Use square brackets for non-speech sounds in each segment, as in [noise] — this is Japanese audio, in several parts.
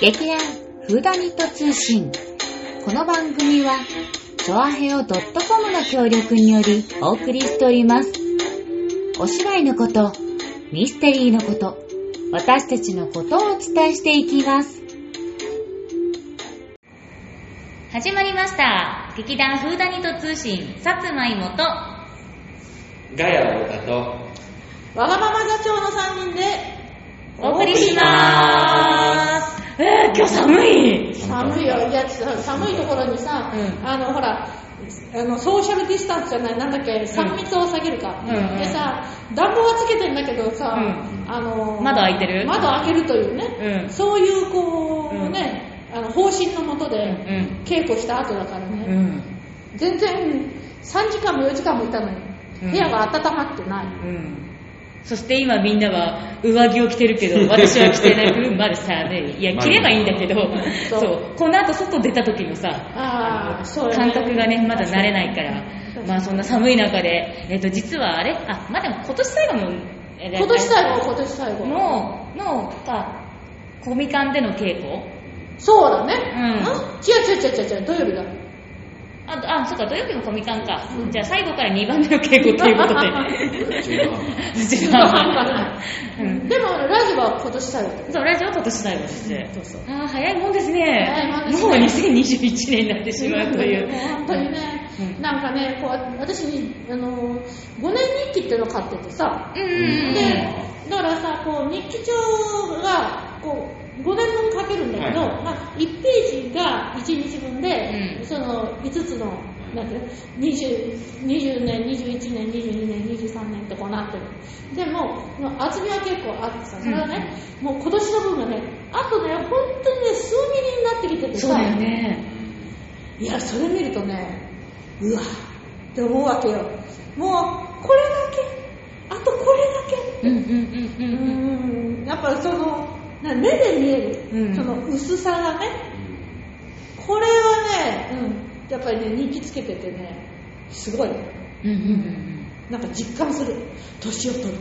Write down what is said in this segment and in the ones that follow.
劇団フーダニット通信。この番組は、チョアヘオ .com の協力によりお送りしております。お芝居のこと、ミステリーのこと、私たちのことをお伝えしていきます。始まりました。劇団フーダニット通信、さつまいもと、ガヤ太田とわがまま座長の3人でお送りします。えー、今日寒い寒いよいやさ寒いところにさ、うんあのほらあのソーシャルディスタンスじゃないなんだっけ3密を下げるか、うんうんでさ暖房はつけてんだけどさ、うあの窓開いてる窓開けるというね、うんそういうこう、うんねあの方針のもとでん稽古した後だからうね、ん。全然3時間も4時間もいたのにうん部屋が温まってない、うん。そして今みんなは上着を着てるけど、私は着てない分までさ、ね、いや、着ればいいんだけど、そうそう、この後外出た時のさ、ああそうよ感覚がね、まだ慣れないかそうら、まあそんな寒い中で、えっと、実はあれあ、まあでも今年最後の、え今年最後今年最後の、の、か、コミカンでの稽古そうだね。うんん。違う違う違う違う、土曜日だ。あ、あ、そっか、土曜日のコミカンか。じゃあ最後から2番目の稽古ということ [laughs] で。中違盤う。うんでも、ラジオは今年最後だ。そう、ラジオは今年最後ですね。そうそうああ、早いもんですね。早いもんですねもう2021年になってしまうという。本当にね、うんなんかね、こう、私に、あの、5年日記っていうのを買っててさ、うんうんうん。で、だからさ、こう、日記帳が、こう、5年分書けるんだけど、はいまあ、1ページが1日分で、うんその5つの、なんていうの 20, 20年、21年、22年、23年ってこうなってる。でも、もう厚みは結構あってさ、それはね、もう今年の分がね、あとね、本当にね、数ミリになってきててさ、そうだよね。いや、それ見るとね、うわって思うわけよ。もう、これだけ、あとこれだうけんうっんうて。うんーん、やっぱその、な目で見える、うんその薄さがね、これはね、うん、やっぱりね、人気つけててね、すごい。うん。うんうんうんなんか実感する。年を取るこ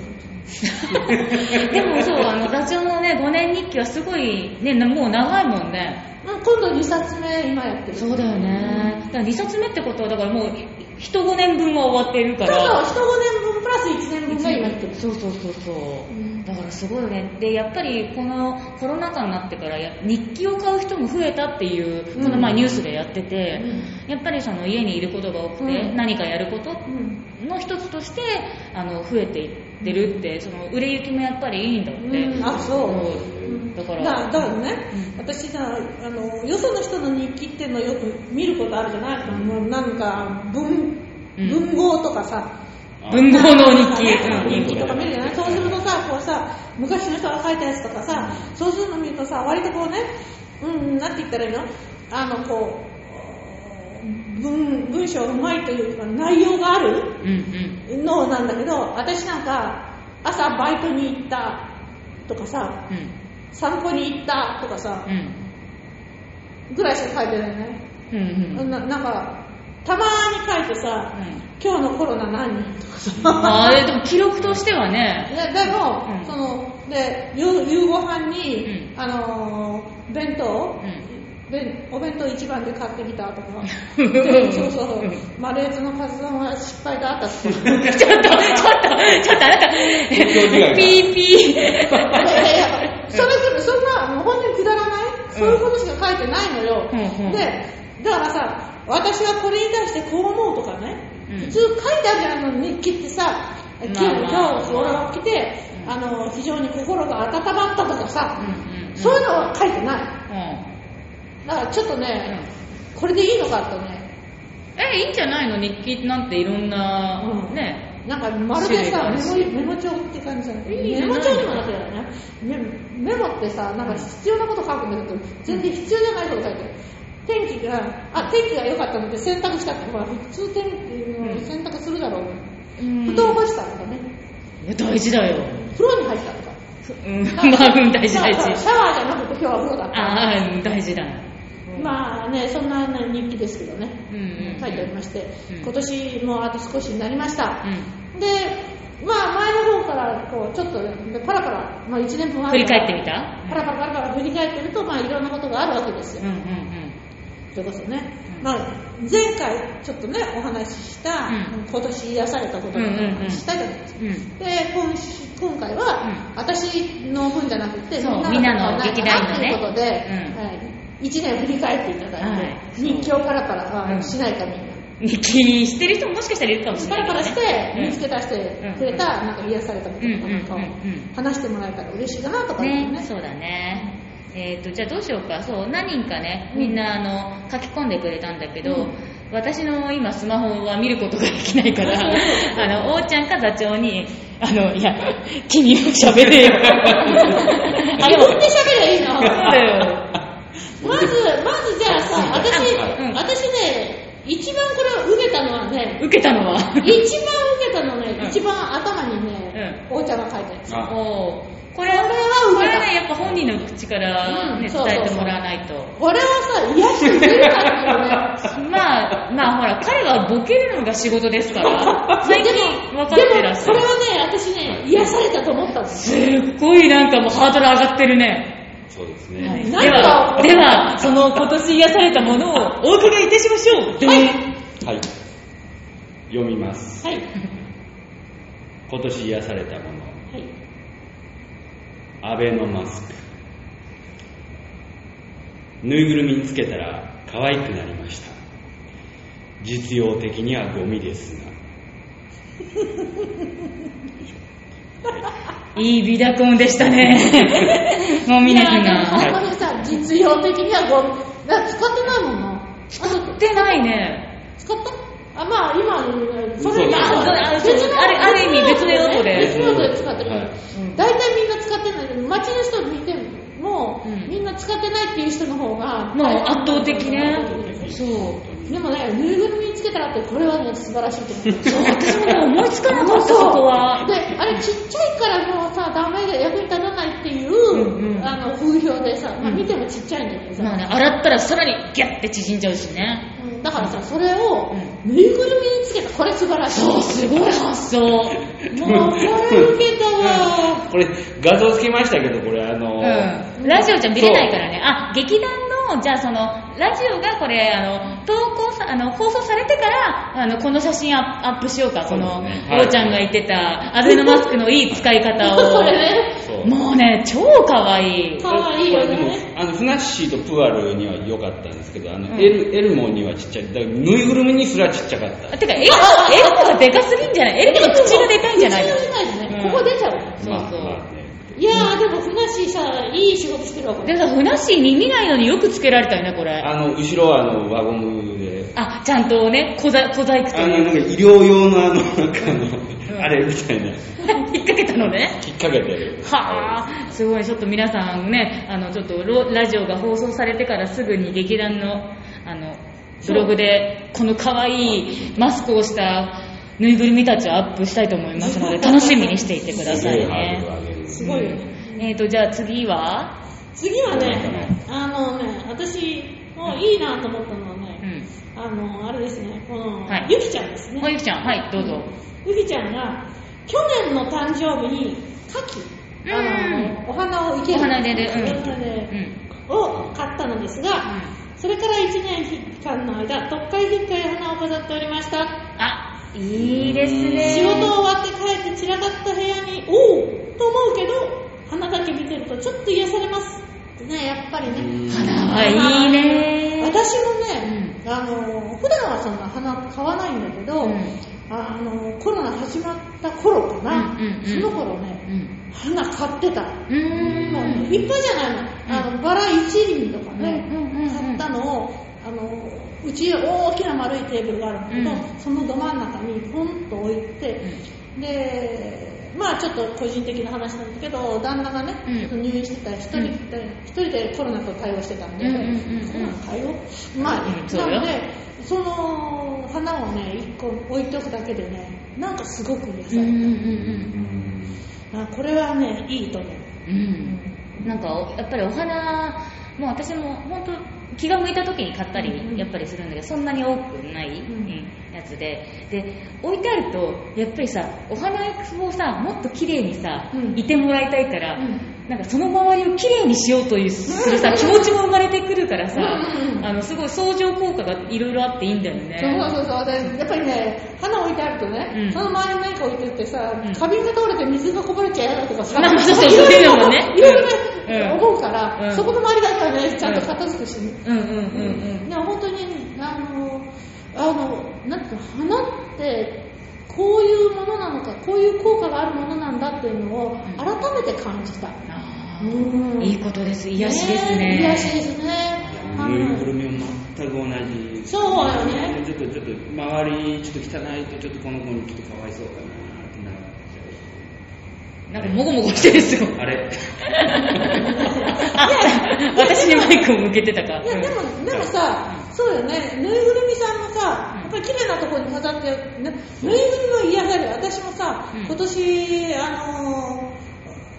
うん。でもそう、あの、ダチョウのね、5年日記はすごい、ね、なもう長いもんね。と。うん今度2冊目、今やってる。そうだよね。だから2冊目ってことは、だからもう、一5年分は終わってるかそうそう、ら。人5年分プラス1年分が今やってる。そうそうそうそう、うんだからすごいねでやっぱりこのコロナ禍になってからや日記を買う人も増えたっていう、うんこの前ニュースでやってて、やっぱりその家にいることが多くて、うん何かやることうんの一つとしてあの増えていってるって、その売れ行きもやっぱりいいんだって、うんあそううんだからだだからね、私さあのよその人の日記っていうのをよく見ることあるじゃないもうなんか文うん文豪とかさ、文豪の日記、なんかねうん日記とか見るじゃないそうするとさこうさ昔の人が書いたやつとかさそうするの見るとさ割とこうねうんなんて言ったらいいのあのこう文文章がうまいというか内容があるうんうんのなんだけど私なんか朝バイトに行ったとかさうん散歩に行ったとかさうんぐらいしか書いてないよね、うんうんうんななんかたまーに書いてさ「今日のコロナ何?」とかさあれでも記録としてはねででも、うんそので夕夕ご飯に、うあのー弁当うん弁お弁当一番で買ってきたとかうんで [laughs] そうそうそうマレーズのカツ丼は失敗だったとか [laughs] ちょっと、ちょっと、ちょっとあなた、ピーピー。いやいやいやそれぞれそんなもう本当にくだらない、そういうことしか書いてないのよ、うんうんでだからさ私はこれに対してこう思うとかね、うん普通書いてあるじゃんあの日記ってさ今日、まあまあ今日俺は来て、あの非常に心が温まったとかさ、うんうんそういうのは書いてないうんだからちょっとね、これでいいのかとねえ、いいんじゃないの日記なんていろんな、ね。なんかまるでさ種メモメモ帳って感じじゃないいいじゃメないモ帳にもなってるよねメメモってさなんか必要なこと書くんだけど全然必要じゃないこと書いてる天気があ天気が良かったので洗濯したってほら普通天気うんの洗濯するだろう、うん布団干したとかねいや大事だよ。風呂に入ったとかうん、 [laughs] まあ、うん大事大なんか事。シャワーじゃなくて今日は風呂だったああ、うん大事だ。まあねそんなね日記ですけどね、うんうん書いておりまして、うん今年もあと少しになりました、うんでで、まあ、前の方からこうちょっとねパラパラ、まあ、1年分あ振るりから返ってみたパラパラパラパラ振り返ってると、まあ、いろんなことがあるわけですうんよ、うんうん。それこそねう、んまあ、前回ちょっとねお話しした、うん今年癒されたこととかうんうんうんしたじゃないですか、うん。で今し今回は、私の分じゃなくてそうみんなみんなのの劇団のねということで、うんはい、1年振り返っていただいて、はい日記をパラパラはうんしないかみんな、日記してる人ももしかしたらいるかもしれパないラけパどね。ラして見つけた出してくれた、なんか癒されたこととかなんかをうんうんうんうん話してもらえたら嬉しいかなとかねねそうだね。えっ、と、じゃあどうしようか。そう、何人かね、みんな、あの、書き込んでくれたんだけど、うん私の今スマホは見ることができないから、うんあの、おーちゃんか座長に、あの、いや、君も喋 [laughs] れよ。あ、自分で喋りゃいいのそう [laughs] だよ。まずまずじゃあさ私、うん私ね一番これを受けたのはね受けたのは。一番受けたのね、うん一番頭にね、お茶が書いてあるあおーこれこれは受こけれたね、やっぱ本人の口から、ねうんそうそうそ伝うえてもらわないと。俺はさ、癒してくれるからね。まあ、まあほら、彼はボケるのが仕事ですから、 [laughs] 最近分かっでもてらっしゃこれる。はね、私ね、癒されたと思ったんです。すっごいなんかもうハードル上がってるね。そうですはね。いでなんかは、では、その今年癒されたものをお伺いいたしましょう。ではい。読みます。はい。今年癒されたもの。はい。アベノマスク。ぬいぐるみにつけたら可愛くなりました。実用的にはゴミですが。いいビダコンでした [laughs] ね。もうみなきいやな。本当にさ、実用的にはゴミ。だから使ってないもんな。使ってないね。使った [laughs] あ、まあ、今、そそれうあそうあそう別のあるある意味別の用途で別の用途で使ってる。はい大体みんな使ってない。街の人見ても、うんみんな使ってないっていう人の方が、もう圧倒的圧倒ね。的そう。 [laughs] でもね、ぬいぐるみにつけたらって、これはね、素晴らしいと思う。そう、私もね、思いつかなかった、そうそこは。で、あれちっちゃいからもうさ、ダメで役に立たないっていう、うんうんあの風評でさ、まあ、うん見てもちっちゃいんだけどさ、まあね、洗ったらさらにギャッて縮んじゃうしね。うんだからさ、それをうぬいぐるみにつけた、これ素晴らしい。そう、すごい発想。もう、これ受けたわ。これ、画像つけましたけど、これ、あのー、うんラジオじゃ見れないからね。あ、劇団の、じゃあその、ラジオがこれ、あの、投稿さ、あの、放送されてから、あの、この写真アップアップしようか、この、そうですねおはいーちゃんが言ってた、アベノマスクのいい使い方を。これね、そう。もうね、超可愛い。かわいいよね。あの、フナッシーとプアルには良かったんですけど、あの、うんエル、エルモにはちっちゃい。だから、ぬいぐるみにすらちっちゃかった。てか、エルモ、エルモがでかすぎんじゃないエルモの口がでかいんじゃない口のがでかいよねうんここ出ちゃう。そうそうまあねいやー、でも、ふなっしーさ、いい仕事してるわ、これ。でもさ、ふなっしー耳ないのによくつけられたよね、これ。あの、後ろは、あの、輪ゴムで、あ、ちゃんとね、小細小細工とあの、いなうんか医療用のあの、なんかあの、んあれみたいな、引っ掛けたのね。引っ掛けて。はあ、すごい、ちょっと皆さんね、あの、ちょっとロラジオが放送されてからすぐに劇団の、あの、ブログで、この可愛いマスクをしたぬいぐるみたちをアップしたいと思いますの [laughs] で、楽しみにしていてくだすさごいいハードね。ル上げる。すごいよね。えっ、ー、と、じゃあ次は次はね、あのね、私、もういいなと思ったのはね、うん。あの、あれですね、この、はいゆきちゃんですね。ほゆきちゃん、はい、どうぞ。ゆきちゃんが、去年の誕生日に、牡蠣、あの、お花を生ける。お花でねうんお花うん。うで、ん。を買ったのですが、それから1年間の間、特会引っかい花を飾っておりました。あ、いいですね。仕事終わって帰って散らかった部屋に、おおと思うけど、花だけ見てるとちょっと癒されます。ってね、やっぱりね。花はいいね。私もね、あの普段はそんな花買わないんだけど、うんあのコロナ始まった頃かな、うんうんうんその頃ねうん。花買ってた、もううーん。いっぱいじゃないの,、あのバラ1輪とかね、うんうんうんうん買ったのをあのうち大きな丸いテーブルがあるんだけど、うそのど真ん中にポンと置いて、でまあちょっと個人的な話なんだけど旦那がね、うんちょっと入院してたら一人で、一人でコロナと対応してたんで、うんうんうんコロナ対応まあ、うんそうよなのでその花をね一個置いとくだけでねなんかすごく癒さうんうれんる、うんあこれはねいいと思ううんうん。なんかお、やっぱりお花、もう私も本当気が向いた時に買ったり、うんうんやっぱりするんだけど、そんなに多くない、んうんやつでで置いてあるとやっぱりさお花をさもっと綺麗にさ、うんいてもらいたいから、うんなんかその周りを綺麗にしようというするさ、気持ちも生まれてくるからさ、うんうんあのすごい相乗効果がいろいろあっていいんだよねそうそうそうでやっぱりね花置いてあるとね、うんその周りに何か置いてってさ、うん花瓶が倒れて水がこぼれちゃ嫌だとかさ、まあ [laughs] そうそう [laughs] いろいろそういうのもねいろいろね、うん思うから、うんそこの周りだけはねちゃんと片付けしてうね、んうんうんでも本当にあのあのなんか花ってこういうものなのかこういう効果があるものなんだっていうのをん改めて感じた、うんあうーんいいことです癒しですねえ癒しですねあぬいのぐるみも全く同じそうよねちょっとちょっと周りちょっと汚いとちょっとこの子にちょっとかわいそうかなってななっんかもごもごしてるすごいちゃうあれあ私にマイクを向けてたかいやでうんもでもさ、そうよね、ぬいぐるみさんもさ、やっぱり綺麗なところに飾って、ね、ぬいぐるみは嫌がる、私もさ、うん今年、あの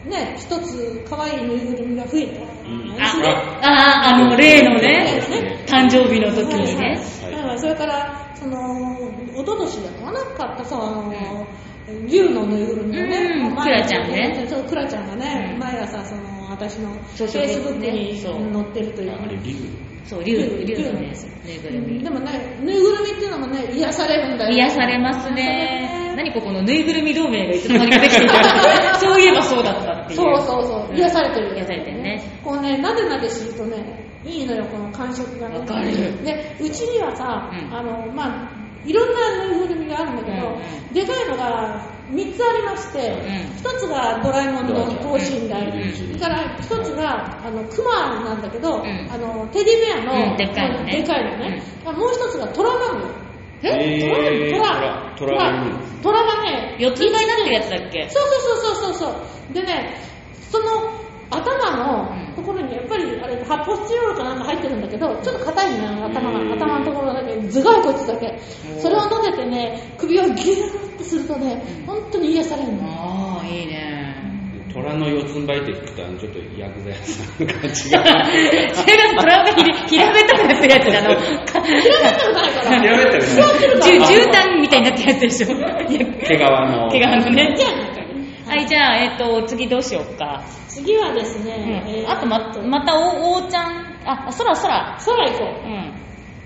ーね、一つ可愛いぬいぐるみが増えた。ん私ねあああの例のそうねで誕生日の時にねはいだからそれから、その、おととしだったかな、買ったさ、あのー、竜のぬいぐるみをね、うんクラちゃんねそう。クラちゃんがねう、ん毎朝、その、私の、フそうェイスそブうックにねそう載ってるというかあれリグそう竜竜竜の竜ねぬいぐるみでもね、ぬいぐるみっていうのもね、癒されるんだよ。癒されますね。何ここのぬいぐるみ同盟がいつの間にかできていた。そういえばそうだったっていう。そうそうそう、ん癒されてる。癒されてるね。こうね、なでなでするとね、いいのよ、この感触がね。わかるで、うちにはさ、うんあの、まあ、いろんなぬいぐるみがあるんだけど、うんうでかいのが3つありまして、うん1つがドラえもんの等身大、うんそれから1つがあのクマなんだけど、んあのテディベアの、うんでっかいのねでかいのねもう1つがトラなのよ。えートラトトララトラトラがね、四つん這いになってるやつだっけそうそうそうそうそうそうでねその頭うのんところにやっぱりあれ発泡スチロールかなんか入ってるんだけどちょっと硬いのよ頭うんが頭のところだけ頭蓋骨だけうんそれを撫でてね首をギューッとするとねうん本当に癒されるのああ、いいね。虎の四つん這いって聞くとあのちょっと薬剤師さんの感じがそれがトランプがひらめたくなってるやつだの。嫌いになったことない [laughs] かやらめた座ってるよかねらじゅ絨毯みたいになってるやつでしょ。毛皮の怪我のね。ははい、じゃあ、えっと、次どうしようか。次はですうね、えんーあとま、また、お、おーちゃん。あ、そらそら。空行こうん。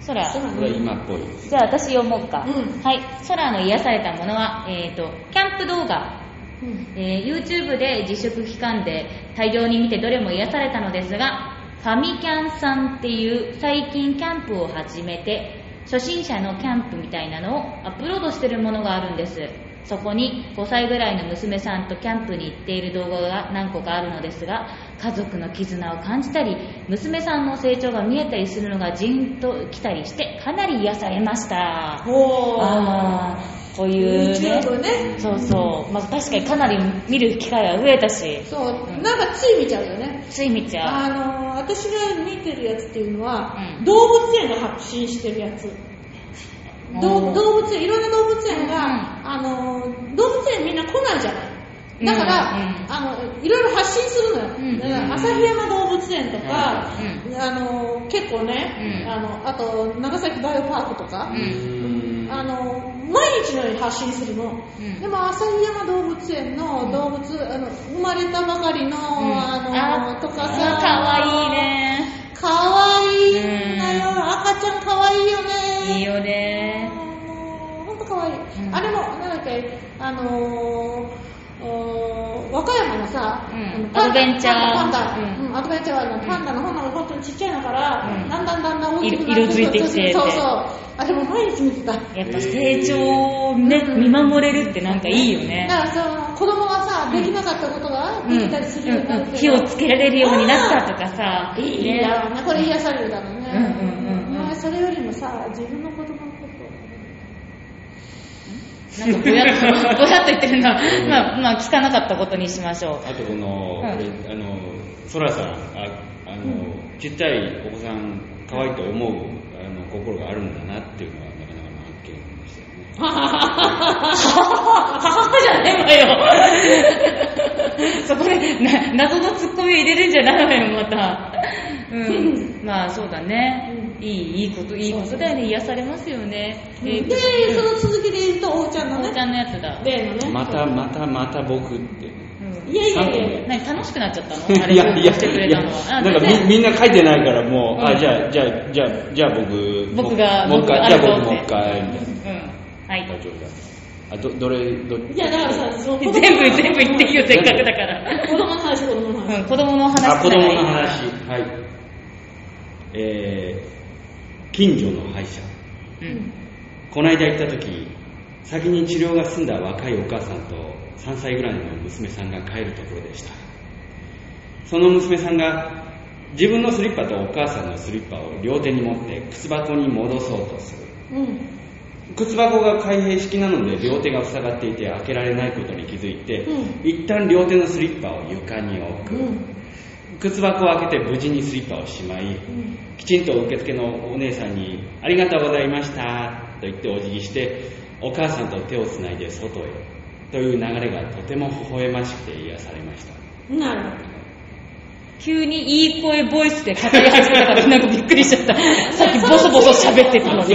そうら。空これは今っぽいですじゃあ私読もうか。うんはい。空の癒されたものは、えっ、と、キャンプ動画。うんえー YouTube で自粛期間で大量に見てどれも癒されたのですが、ファミキャンさんっていう最近キャンプを始めて、初心者のキャンプみたいなのをアップロードしてるものがあるんです。そこに5歳ぐらいの娘さんとキャンプに行っている動画が何個かあるのですが、家族の絆を感じたり、娘さんの成長が見えたりするのがじんと来たりして、かなり癒されました。おーああ、こういうね。 YouTube ねそうそう。まあ確かにかなり見る機会が増えたし、そうなんかつい見ちゃうよねつい見ちゃう。あの私が見てるやつっていうのは、うん動物園が発信してるやつどおー動物園いろんな動物園が、うんあの動物園みんな来ないじゃないだから、うんうんあのいろいろ発信するのよ、うんだから旭山動物園とか、うあの結構ね、うんあのあと長崎バイオパークとか、ううんあの毎日のように発信するの、うんでも旭山動物園の動物、あの生まれたばかりの、うんあのとかあさーかわいいね。かわいいんだよ、う赤ちゃんかわいいよねいいよね。もうほんとかわいい、うんあれもなんだっけあのーおー和歌山のさ、うんあのパンダアドベンチャーパンダ、うんうんアドベンチャーはあのパンダのほんの本当にちっちゃいのから、うんだんだんだんだん大きくな色色づいてきてそうそうあれも毎日見てたやっぱ成長をね、見守れるってなんかいいよだね。からその子供がさできなかったことがうでんきたりするようになるうんけうんど火をつけられるようになったとかさ。いいんだろうねこれ癒されるだろうね、うんうんうんうんお前それよりもさ自分の子供のことをなんかぼやっと、ぼやっと言ってるな。まあ、まあ聞かなかったことにしましょあとこの、うんこれあの、そらさん、ああの、ちっちゃいお子さん、可愛いと思う、あの、心があるんだなっていうのは、なかなかの発見でしたよね。う。母じゃねえわよ。そこでな謎のツッコミを入れるんじゃないわよ、また。うん。まあそうだね、ういいいいこといいことだよね癒されますよね、えーで、その続きで言うと、おうちゃんのおうちね、ゃんのやつだ、例のね。またまたまた僕って。うんいやいやいやいや。何楽しくなっちゃったのあれしてくれたのはあなんか全然みみんな書いてないから、もう、うんあ、じゃあ、じゃあ、じゃあ、じゃあ僕、僕がもうもう一僕があ回、じゃるあぞ僕もうって一回、みたういんはな。大い丈夫だ。あ、ど、どれ、ど、いや、だからさ、その全部全部言っていいよせっかくだから、子供の話、子供の話。うん、子供の話あ、子ならい供いの話。はい。えー、近所の歯医者。うんこの間行った時、先に治療が済んだ若いお母さんと3歳ぐらいの娘さんが帰るところでした。その娘さんが自分のスリッパとお母さんのスリッパを両手に持って靴箱に戻そうとする。うん。靴箱が開閉式なので両手が塞がっていて開けられないことに気づいて、う一旦両手のスリッパを床に置うく、ん。靴箱を開けて無事にスリッパをしまいうん。きちんと受付のお姉さんに「ありがとうございました」と言ってお辞儀してお母さんと手をつないで外へという流れがとても微笑ましくて癒されましたなるほど。急にいい声ボイスで語り始めた [laughs] からなんかびっくりしちゃった。さっきボソボソ喋ってたのに。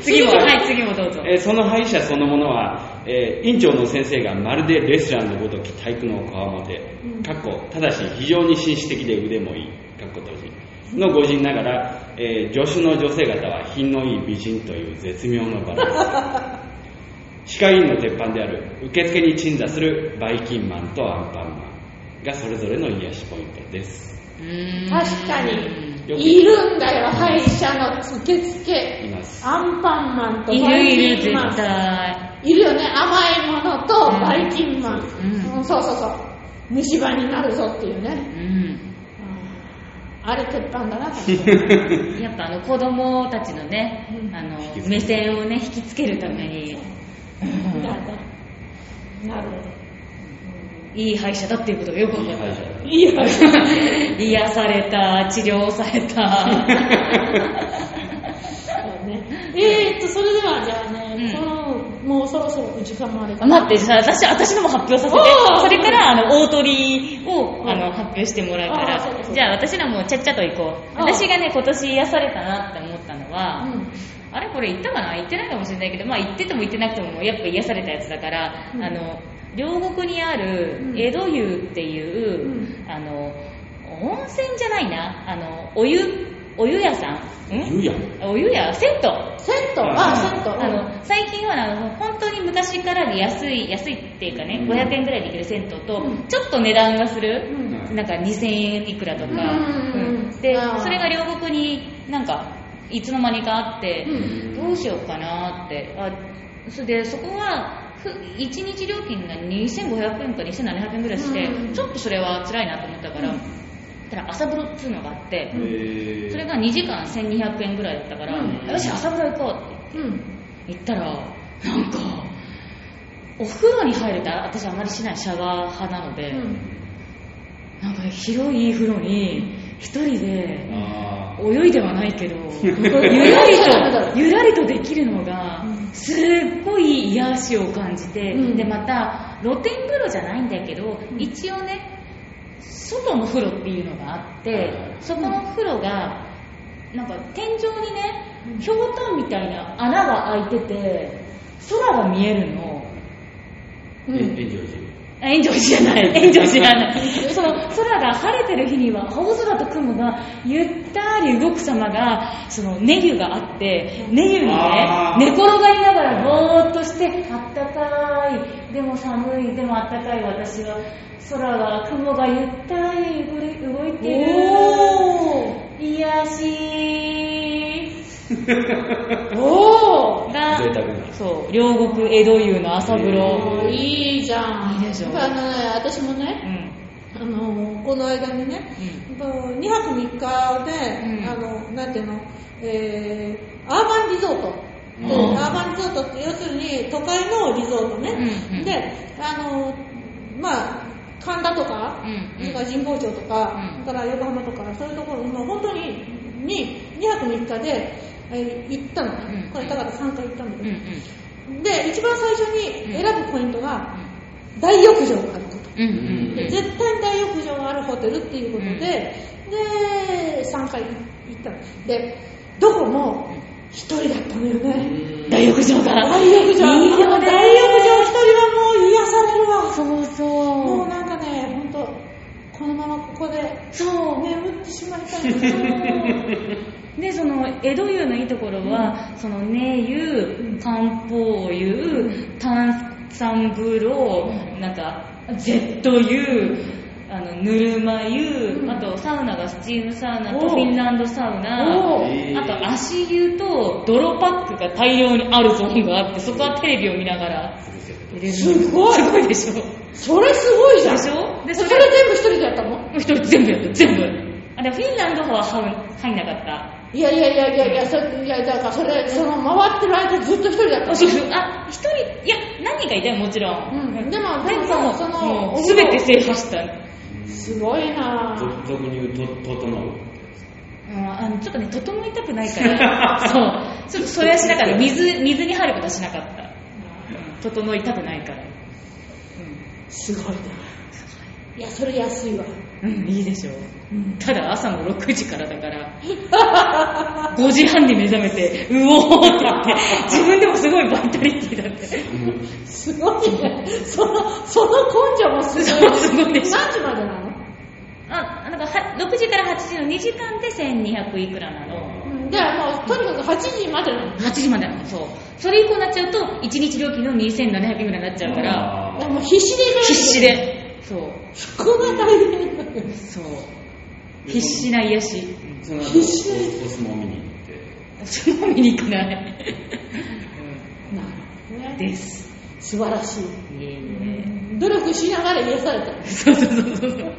次も、はい、次もどうぞ。えーその歯医者そのものは、えー院長の先生がまるでレスラーのごとき体育の川もてうんかっこただし非常に紳士的で腕もいいかっこ閉じのご人ながら、えー助手の女性方は品のいい美人という絶妙のバラン [laughs] ス歯科医院の鉄板である受付に鎮座するバイキンマンとアンパンマンがそれぞれの癒しポイントです確かよくに、いるんだよ、歯医者の受い付。ますアンパンマンといバるイキンマンいる、絶対。いるよね、甘いものとうんバイキンマン。うんうんそうそうそう。虫歯になるぞっていうね。うん。あれ鉄板だな、やっぱあの子供たちのねう、んあの、目線をね、引きつけるために、だなるほいい歯医者だっていうことがよくわかいい歯医者る。だど。いいよ。癒された、治療された。ね、えーっと、それではじゃあね、うんこのもうそろそろ時間もあれかな。待って、さ私、私のも発表させておー、それから、あの、大鳥を、あうの、ん発表してもらうかあーそうだそら、うだじゃあ私らもちゃっちゃと行こう。あー私がね、今年癒されたなって思ったのは、うんあれこれ行ったかな行ってないかもしれないけど、まあ行ってても行ってなくても、やっぱ癒されたやつだから、うんあの、両国にあるう、ん江戸湯っていう、あの、温泉じゃないな、あの、お湯、お湯屋さん言んうやんお湯屋銭湯セット、うんあ、セット。あの最近はあの本当に昔からで安い安いっていうかね、うん500円ぐらいできる銭湯と、うんちょっと値段がすうる、んなんか2000円いくらとか、うんうんうんうんであーそれが両国になんかいつの間にかあって、うんどうしようかなってあそれでそこは1日料金が2500円か2700円ぐらいして、うんちょっとそれは辛いなと思ったから、うんたら朝風呂っつうのがあって、えーそれが2時間1200円ぐらいだったから、うんよし朝風呂行こうってうん。行ったらなんかお風呂に入るって私あまりしないシャワー派なので、うんなんか広い風呂に一人であ泳いではないけどゆ [laughs] らりとゆらりとできるのがうんすっごい癒しを感じて、うんでまた露天風呂じゃないんだけど、ん一応ね外の風呂っていうのがあって、うんそこの風呂がなんか天井にうねんひょうたんみたいな穴が開いてて空が見えるの。ーうんえ炎上してる炎上寺じゃない、炎上寺じゃない。 [laughs] その空が晴れてる日には青空と雲がゆったり動く様が、そのネギュがあって、ネギュにねあ、ー寝転がりながらぼーっとして、あったかい、でも寒い、でもあったかい私は、空が、雲がゆったり動い動いておる、癒しーおが、贅沢なそう、両国江戸湯の朝風呂。ーいいじゃん。いいでしょやっぱあのね、私もね、あの、この間にね、うやっぱ2泊3日うで、んあの、なんていうの、えー、アーバンリゾート。うんアーバンリゾートって要するに都会のリゾートね。うんうんで、あの、まあ、神田とか、うんうんそれから神保町とか、うんそれから横浜とか、そういうところの本当にに2泊3日で、えー行ったのね。うんこれだから3回行ったんだけうんどう、んで、一番最初に選ぶポイントが、う大浴場があること。んうんうんうんで絶対大浴場があるホテルっていうことで、で、3回行っ行ったのでどこも一人だったのよね大浴場から。大浴場いいよね。大浴場一人はもう癒されるわそうそもうう。なんかね、ほんと、このままここで、そう。眠ってしまいたいな。でその江戸湯のいいところは、その根湯漢方湯炭酸風呂なんかジェット湯あのぬるま湯、うんあとサウナがスチームサウナとおうフィンランドサウナおうあと足湯と泥パックが大量にあるゾーンがあってそこはテレビを見ながら寝れるすごいすごいでしょで [laughs] それすごいじゃん。しそょでれそ全れ部一人でやったの一人全部やった全部あでもフィンランドは入入んなかったいやいやいやいやいや、そいやだからそれ、その回ってる間ずっと一人だったあ、の。そうそうあ、一人、いや、何人かいたよ、もちろん。うんでもででもも、そのもう、お風す呂べて制覇した。うんすごいなぁ。俗に言うと、整う。あの、ちょっとね、整いたくない [laughs] から、そう、ちょっとそれはしなかった。水、水に入ることはしなかった。うん整いたくないから。すごいなぁ。いや、それ安いわ。うん、うん、いいでしょう。ただ、朝の6時からだから、5時半に目覚めて、うおーって言って、自分でもすごいバイタリティだって。すごいね。その、その根性もすごい。すごいでしょ何時までなのあ、なんかは、6時から8時の2時間で1200いくらなの。うんで、もうとにかく8時までなの。 8時までなのそうそれ以降になっちゃうと1日料金の2700円ぐらいになっちゃうからいやもう必死で行かないと必死。でそうそこが大変なのよ。そう必死な癒しその後、おお相撲見に行って。その見に行かないなるほどね。です素晴らしい。いえい努力しながら癒さ [laughs] れた。えそうそうそうそう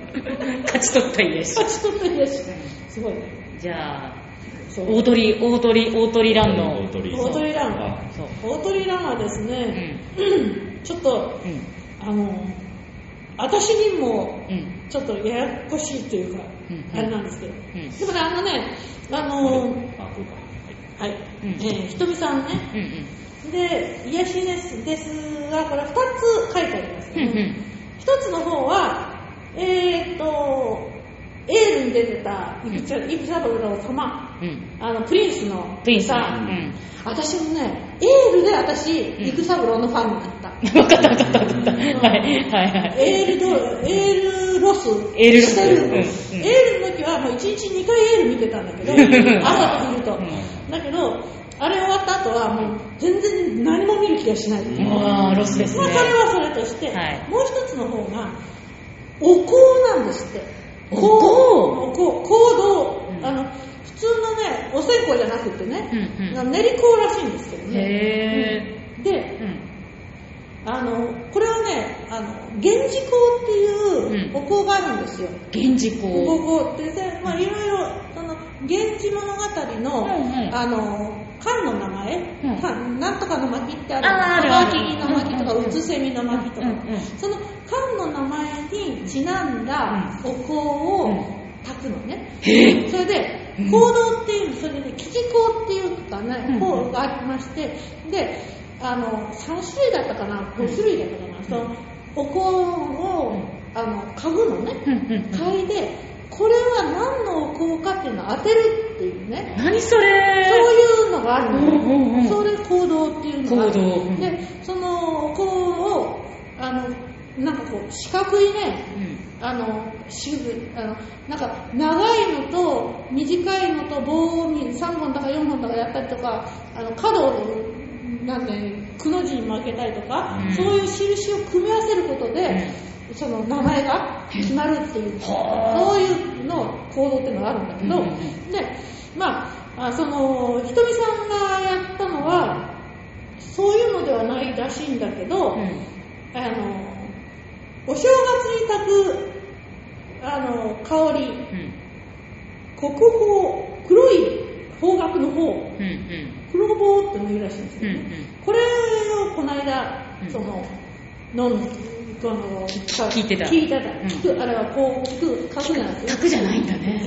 勝ち取った癒し勝ち取った癒し。すごいね。じゃあそう大鳥大鳥大鳥ランの大鳥。大鳥ランあそう大鳥ランはですうんね、ちょっと、うんあの、私にも、うんちょっとややこしいというか、うんあれなんですけど。うんでもね、あのね、ああ、この、うか。はい、うんえーひとみさんね。うんうんで、癒しです、ですが、これ2つ書いてありますうけんど、一つの方は、えーっと、エールに出てたイプチャイプサブロー様、うんうんあの、プリンスのプリンスねさうん私もね、エールで私、んイプサブローのファンになった。分かった分かった分かったはいはいはいエールど、エールロスエールロスしてるうんエうん、ールの時はもう1日2回エール見てたんだけど朝と昼とう。だけど、あれ終わった後はもう全然何も見る気がしない。ああロスですねまあ、それはそれとして、はいもう一つの方がお香なんですってお香お香行動、うんあの普通のねお線香じゃなくてね、うんうんな練り香らしいんですけどねへえでうんあのこれはねあの源氏香っていううんお香があるんですよ、源氏お公香ってで、まあ、いろいろその源氏物語の、はいはいあの漢の名前、うん漢なんとかの巻ってあるあーあるあるカワキリの巻とか、うんうんうんウツセミの巻とか、うんうんその漢の名前にちなんだお香をうん炊くのね、へえそれでうん行動っていうそれで吉香っていうかね、うん香がありましてであの3種類だったかな5種類だったかな、そのお香を、あの嗅ぐのね、うんうん嗅いでこれは何のお香かっていうのを当てるっていうね何そそうれいうのがあるのよ、うんうんうんそれで行動っていうのがある行動うんでそのお香をあのなんかこう四角いねうんあの渋いあのなんか長いのと短いのと棒を3本とか4本とかやったりとかあの角をなんてくの字に負けたりとか、うんそういう印を組み合わせることで、その名前が決まるっていう、はあそういうの行動っていうのがあるんだけど、うんうんうでまああそのひとみさんがやったのはそういうのではないらしいんだけど、うんあのお正月に炊くあの香りうん国宝黒い方角の方うんうん黒棒ってもいうらしいんですうんうよ、んこれをこの間、うんその飲むこの聞いてた聞いてた、うん聞くあれはこう聞く書くなんですよ炊くじゃないんだね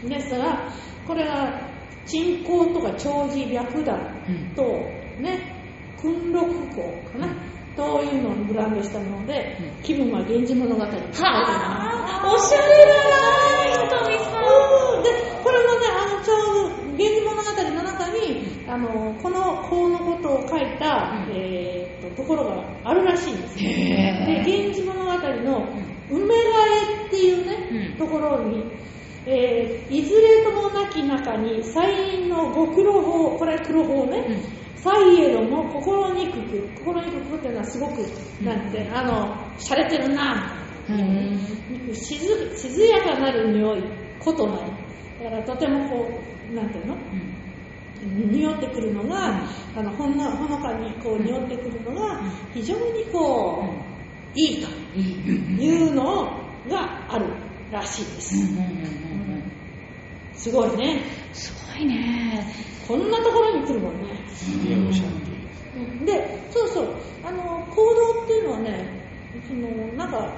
聞くですからこれは鎮香とか長寿白檀うんとね訓禄香かな、というのをブランドしたもので、う気分は源氏物語はあおしゃれだなひとみさんでこれもねああのこの項のことを書いた、うんえーっとところがあるらしいんですよへでー源氏物語の「梅替え」っていうね、うんところに、えーいずれともなき中に再院のご苦労法これは黒法ね、うんサイエロも心にくく、心にくくっていうのはすごく、んなんて、あの、洒落てるな、うんしず静やかなる匂い、ことない。だからとてもこう、なんていうの匂ってくるのが、あのほんのほのかにこう匂ってくるのがうん非常にこう、いいとうんうんいうのがあるらしいです、うんすごいねすごいねこんなところに来るもんねすげえおしゃれででそうそうあの行動っていうのはねそのなんか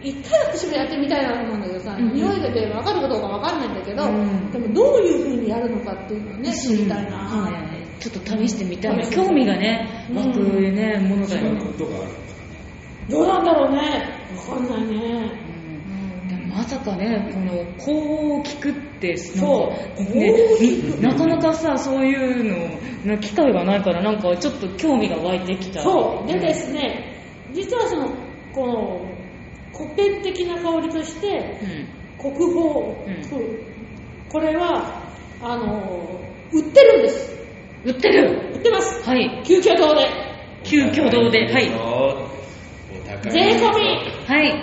一回私もやってみたいなと思うんだけどさ、うん匂いだけ分かるかどうか分かんないんだけど、うんでもどういうふうにやるのかっていうのはね知りたいな、はいちょっと試してみたういん興味がねうん湧くねものだよ違ねうことがあるどうなんだろうね分かんないね、うんでもまさかねこの「こう聞く」ってなそうんかこねう聞くなかなかさそういうのの機会がないからなんかちょっと興味が湧いてきたそうでですすね実はそのこの古典的な香りとして国宝、うんここれはあの売ってるんです売ってる売ってますはい急遽堂で急挙動ではいお高い税ですよ込みはい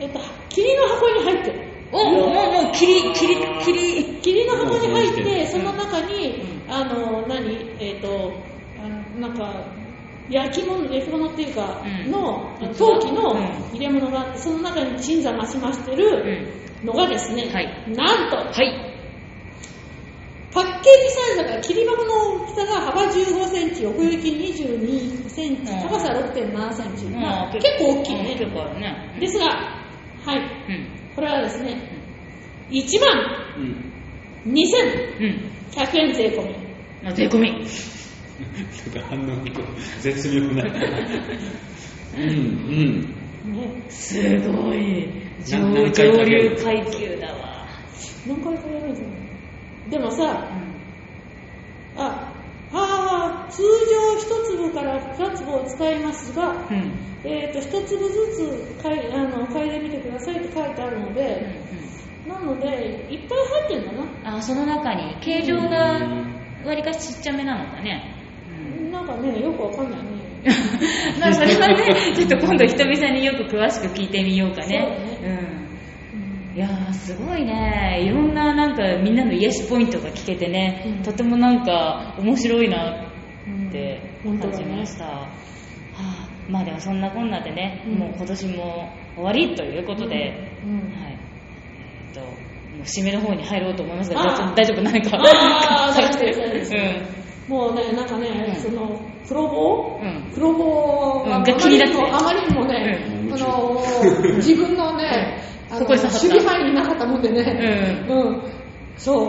えっと霧の箱に入ってるおもうもうキリキリキリ霧の箱に入っうてんその中にうあの何えっ、とあのなんか焼き物焼き物っていうかうんのあの器陶器のうん入れ物があってその中に鎮座増しましてるのがですね、はいなんとはいパッケージサイズだから切り箱の大きさが幅15センチ奥行き22センチうん高さ6.7センチ、まあ、うん結構大きいうん結構あねるねですがはいうんこれはですね1万うん2100うん円税込みまあ税込みなんか反応が絶妙なうんねすごい上な何回上かけ流る階級だわ何回かやるんじゃないでもさああー通常1粒から2粒を使いますが、うんえー、と1粒ずつかいあの嗅いでみてくださいって書いてあるのうんで、なのでいっぱい入ってるんだなあその中に形状がわりかしちっちゃめなのかね、なんかね、よくわかんないね。まあそれはね [laughs] ちょっと今度ひとみさんによく詳しく聞いてみようかねそううんいやーすごいねいろんななんかみんなの癒しポイントが聞けてね、うんとてもなんか面白いなうんって本感当だじねました、はあ、まあでもそんなこんなでね、うんもう今年も終わりということで、うんうんはいえっともう締めの方に入ろうと思いますがあー大丈夫大丈夫何かあー探して大丈夫大丈もうね、なんかね、うんその、黒棒うん黒棒うんががあま気にりなっにても、あまりにもね、うんその、自分のね、あのここに刺さった守備範囲になかったもんでね、ううん、そんう。う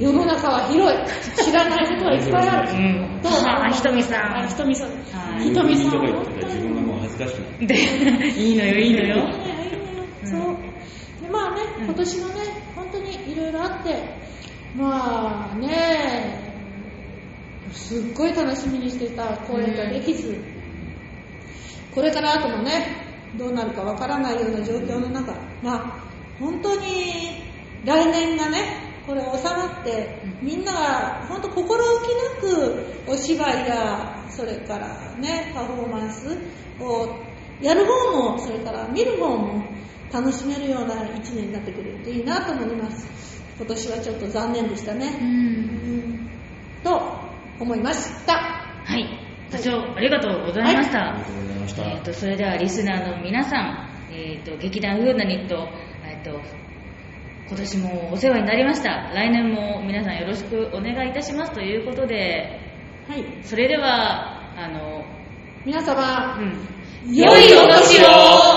ん世の中は広い。知らないことはいっぱいあうる。んどうあーひとみさあ、ひんとみさん。はいひとみさん。とか言ってたら自分がもう恥ずかしくなるでいいのよいいのようんそう。で、まあね、うん今年もね、本当にいろいろあって、まあね、すっごい楽しみにしていた公演ができず、これから後もね、どうなるかわからないような状況の中、まあ、本当に来年がね、これ収まって、みんなが本当心置きなくお芝居や、それからね、パフォーマンスをやる方も、それから見る方も楽しめるような1年になってくれるといいなと思います。今年はちょっと残念でしたうね。んと思いました。はい社長ありがとうございました、ありがとうございましたえー、とそれではリスナーの皆さん、えー、と劇団フーダニット,、えー、と今年もお世話になりました来年も皆さんよろしくお願いいたしますということではい。それではあの、皆様、うん、良いお年を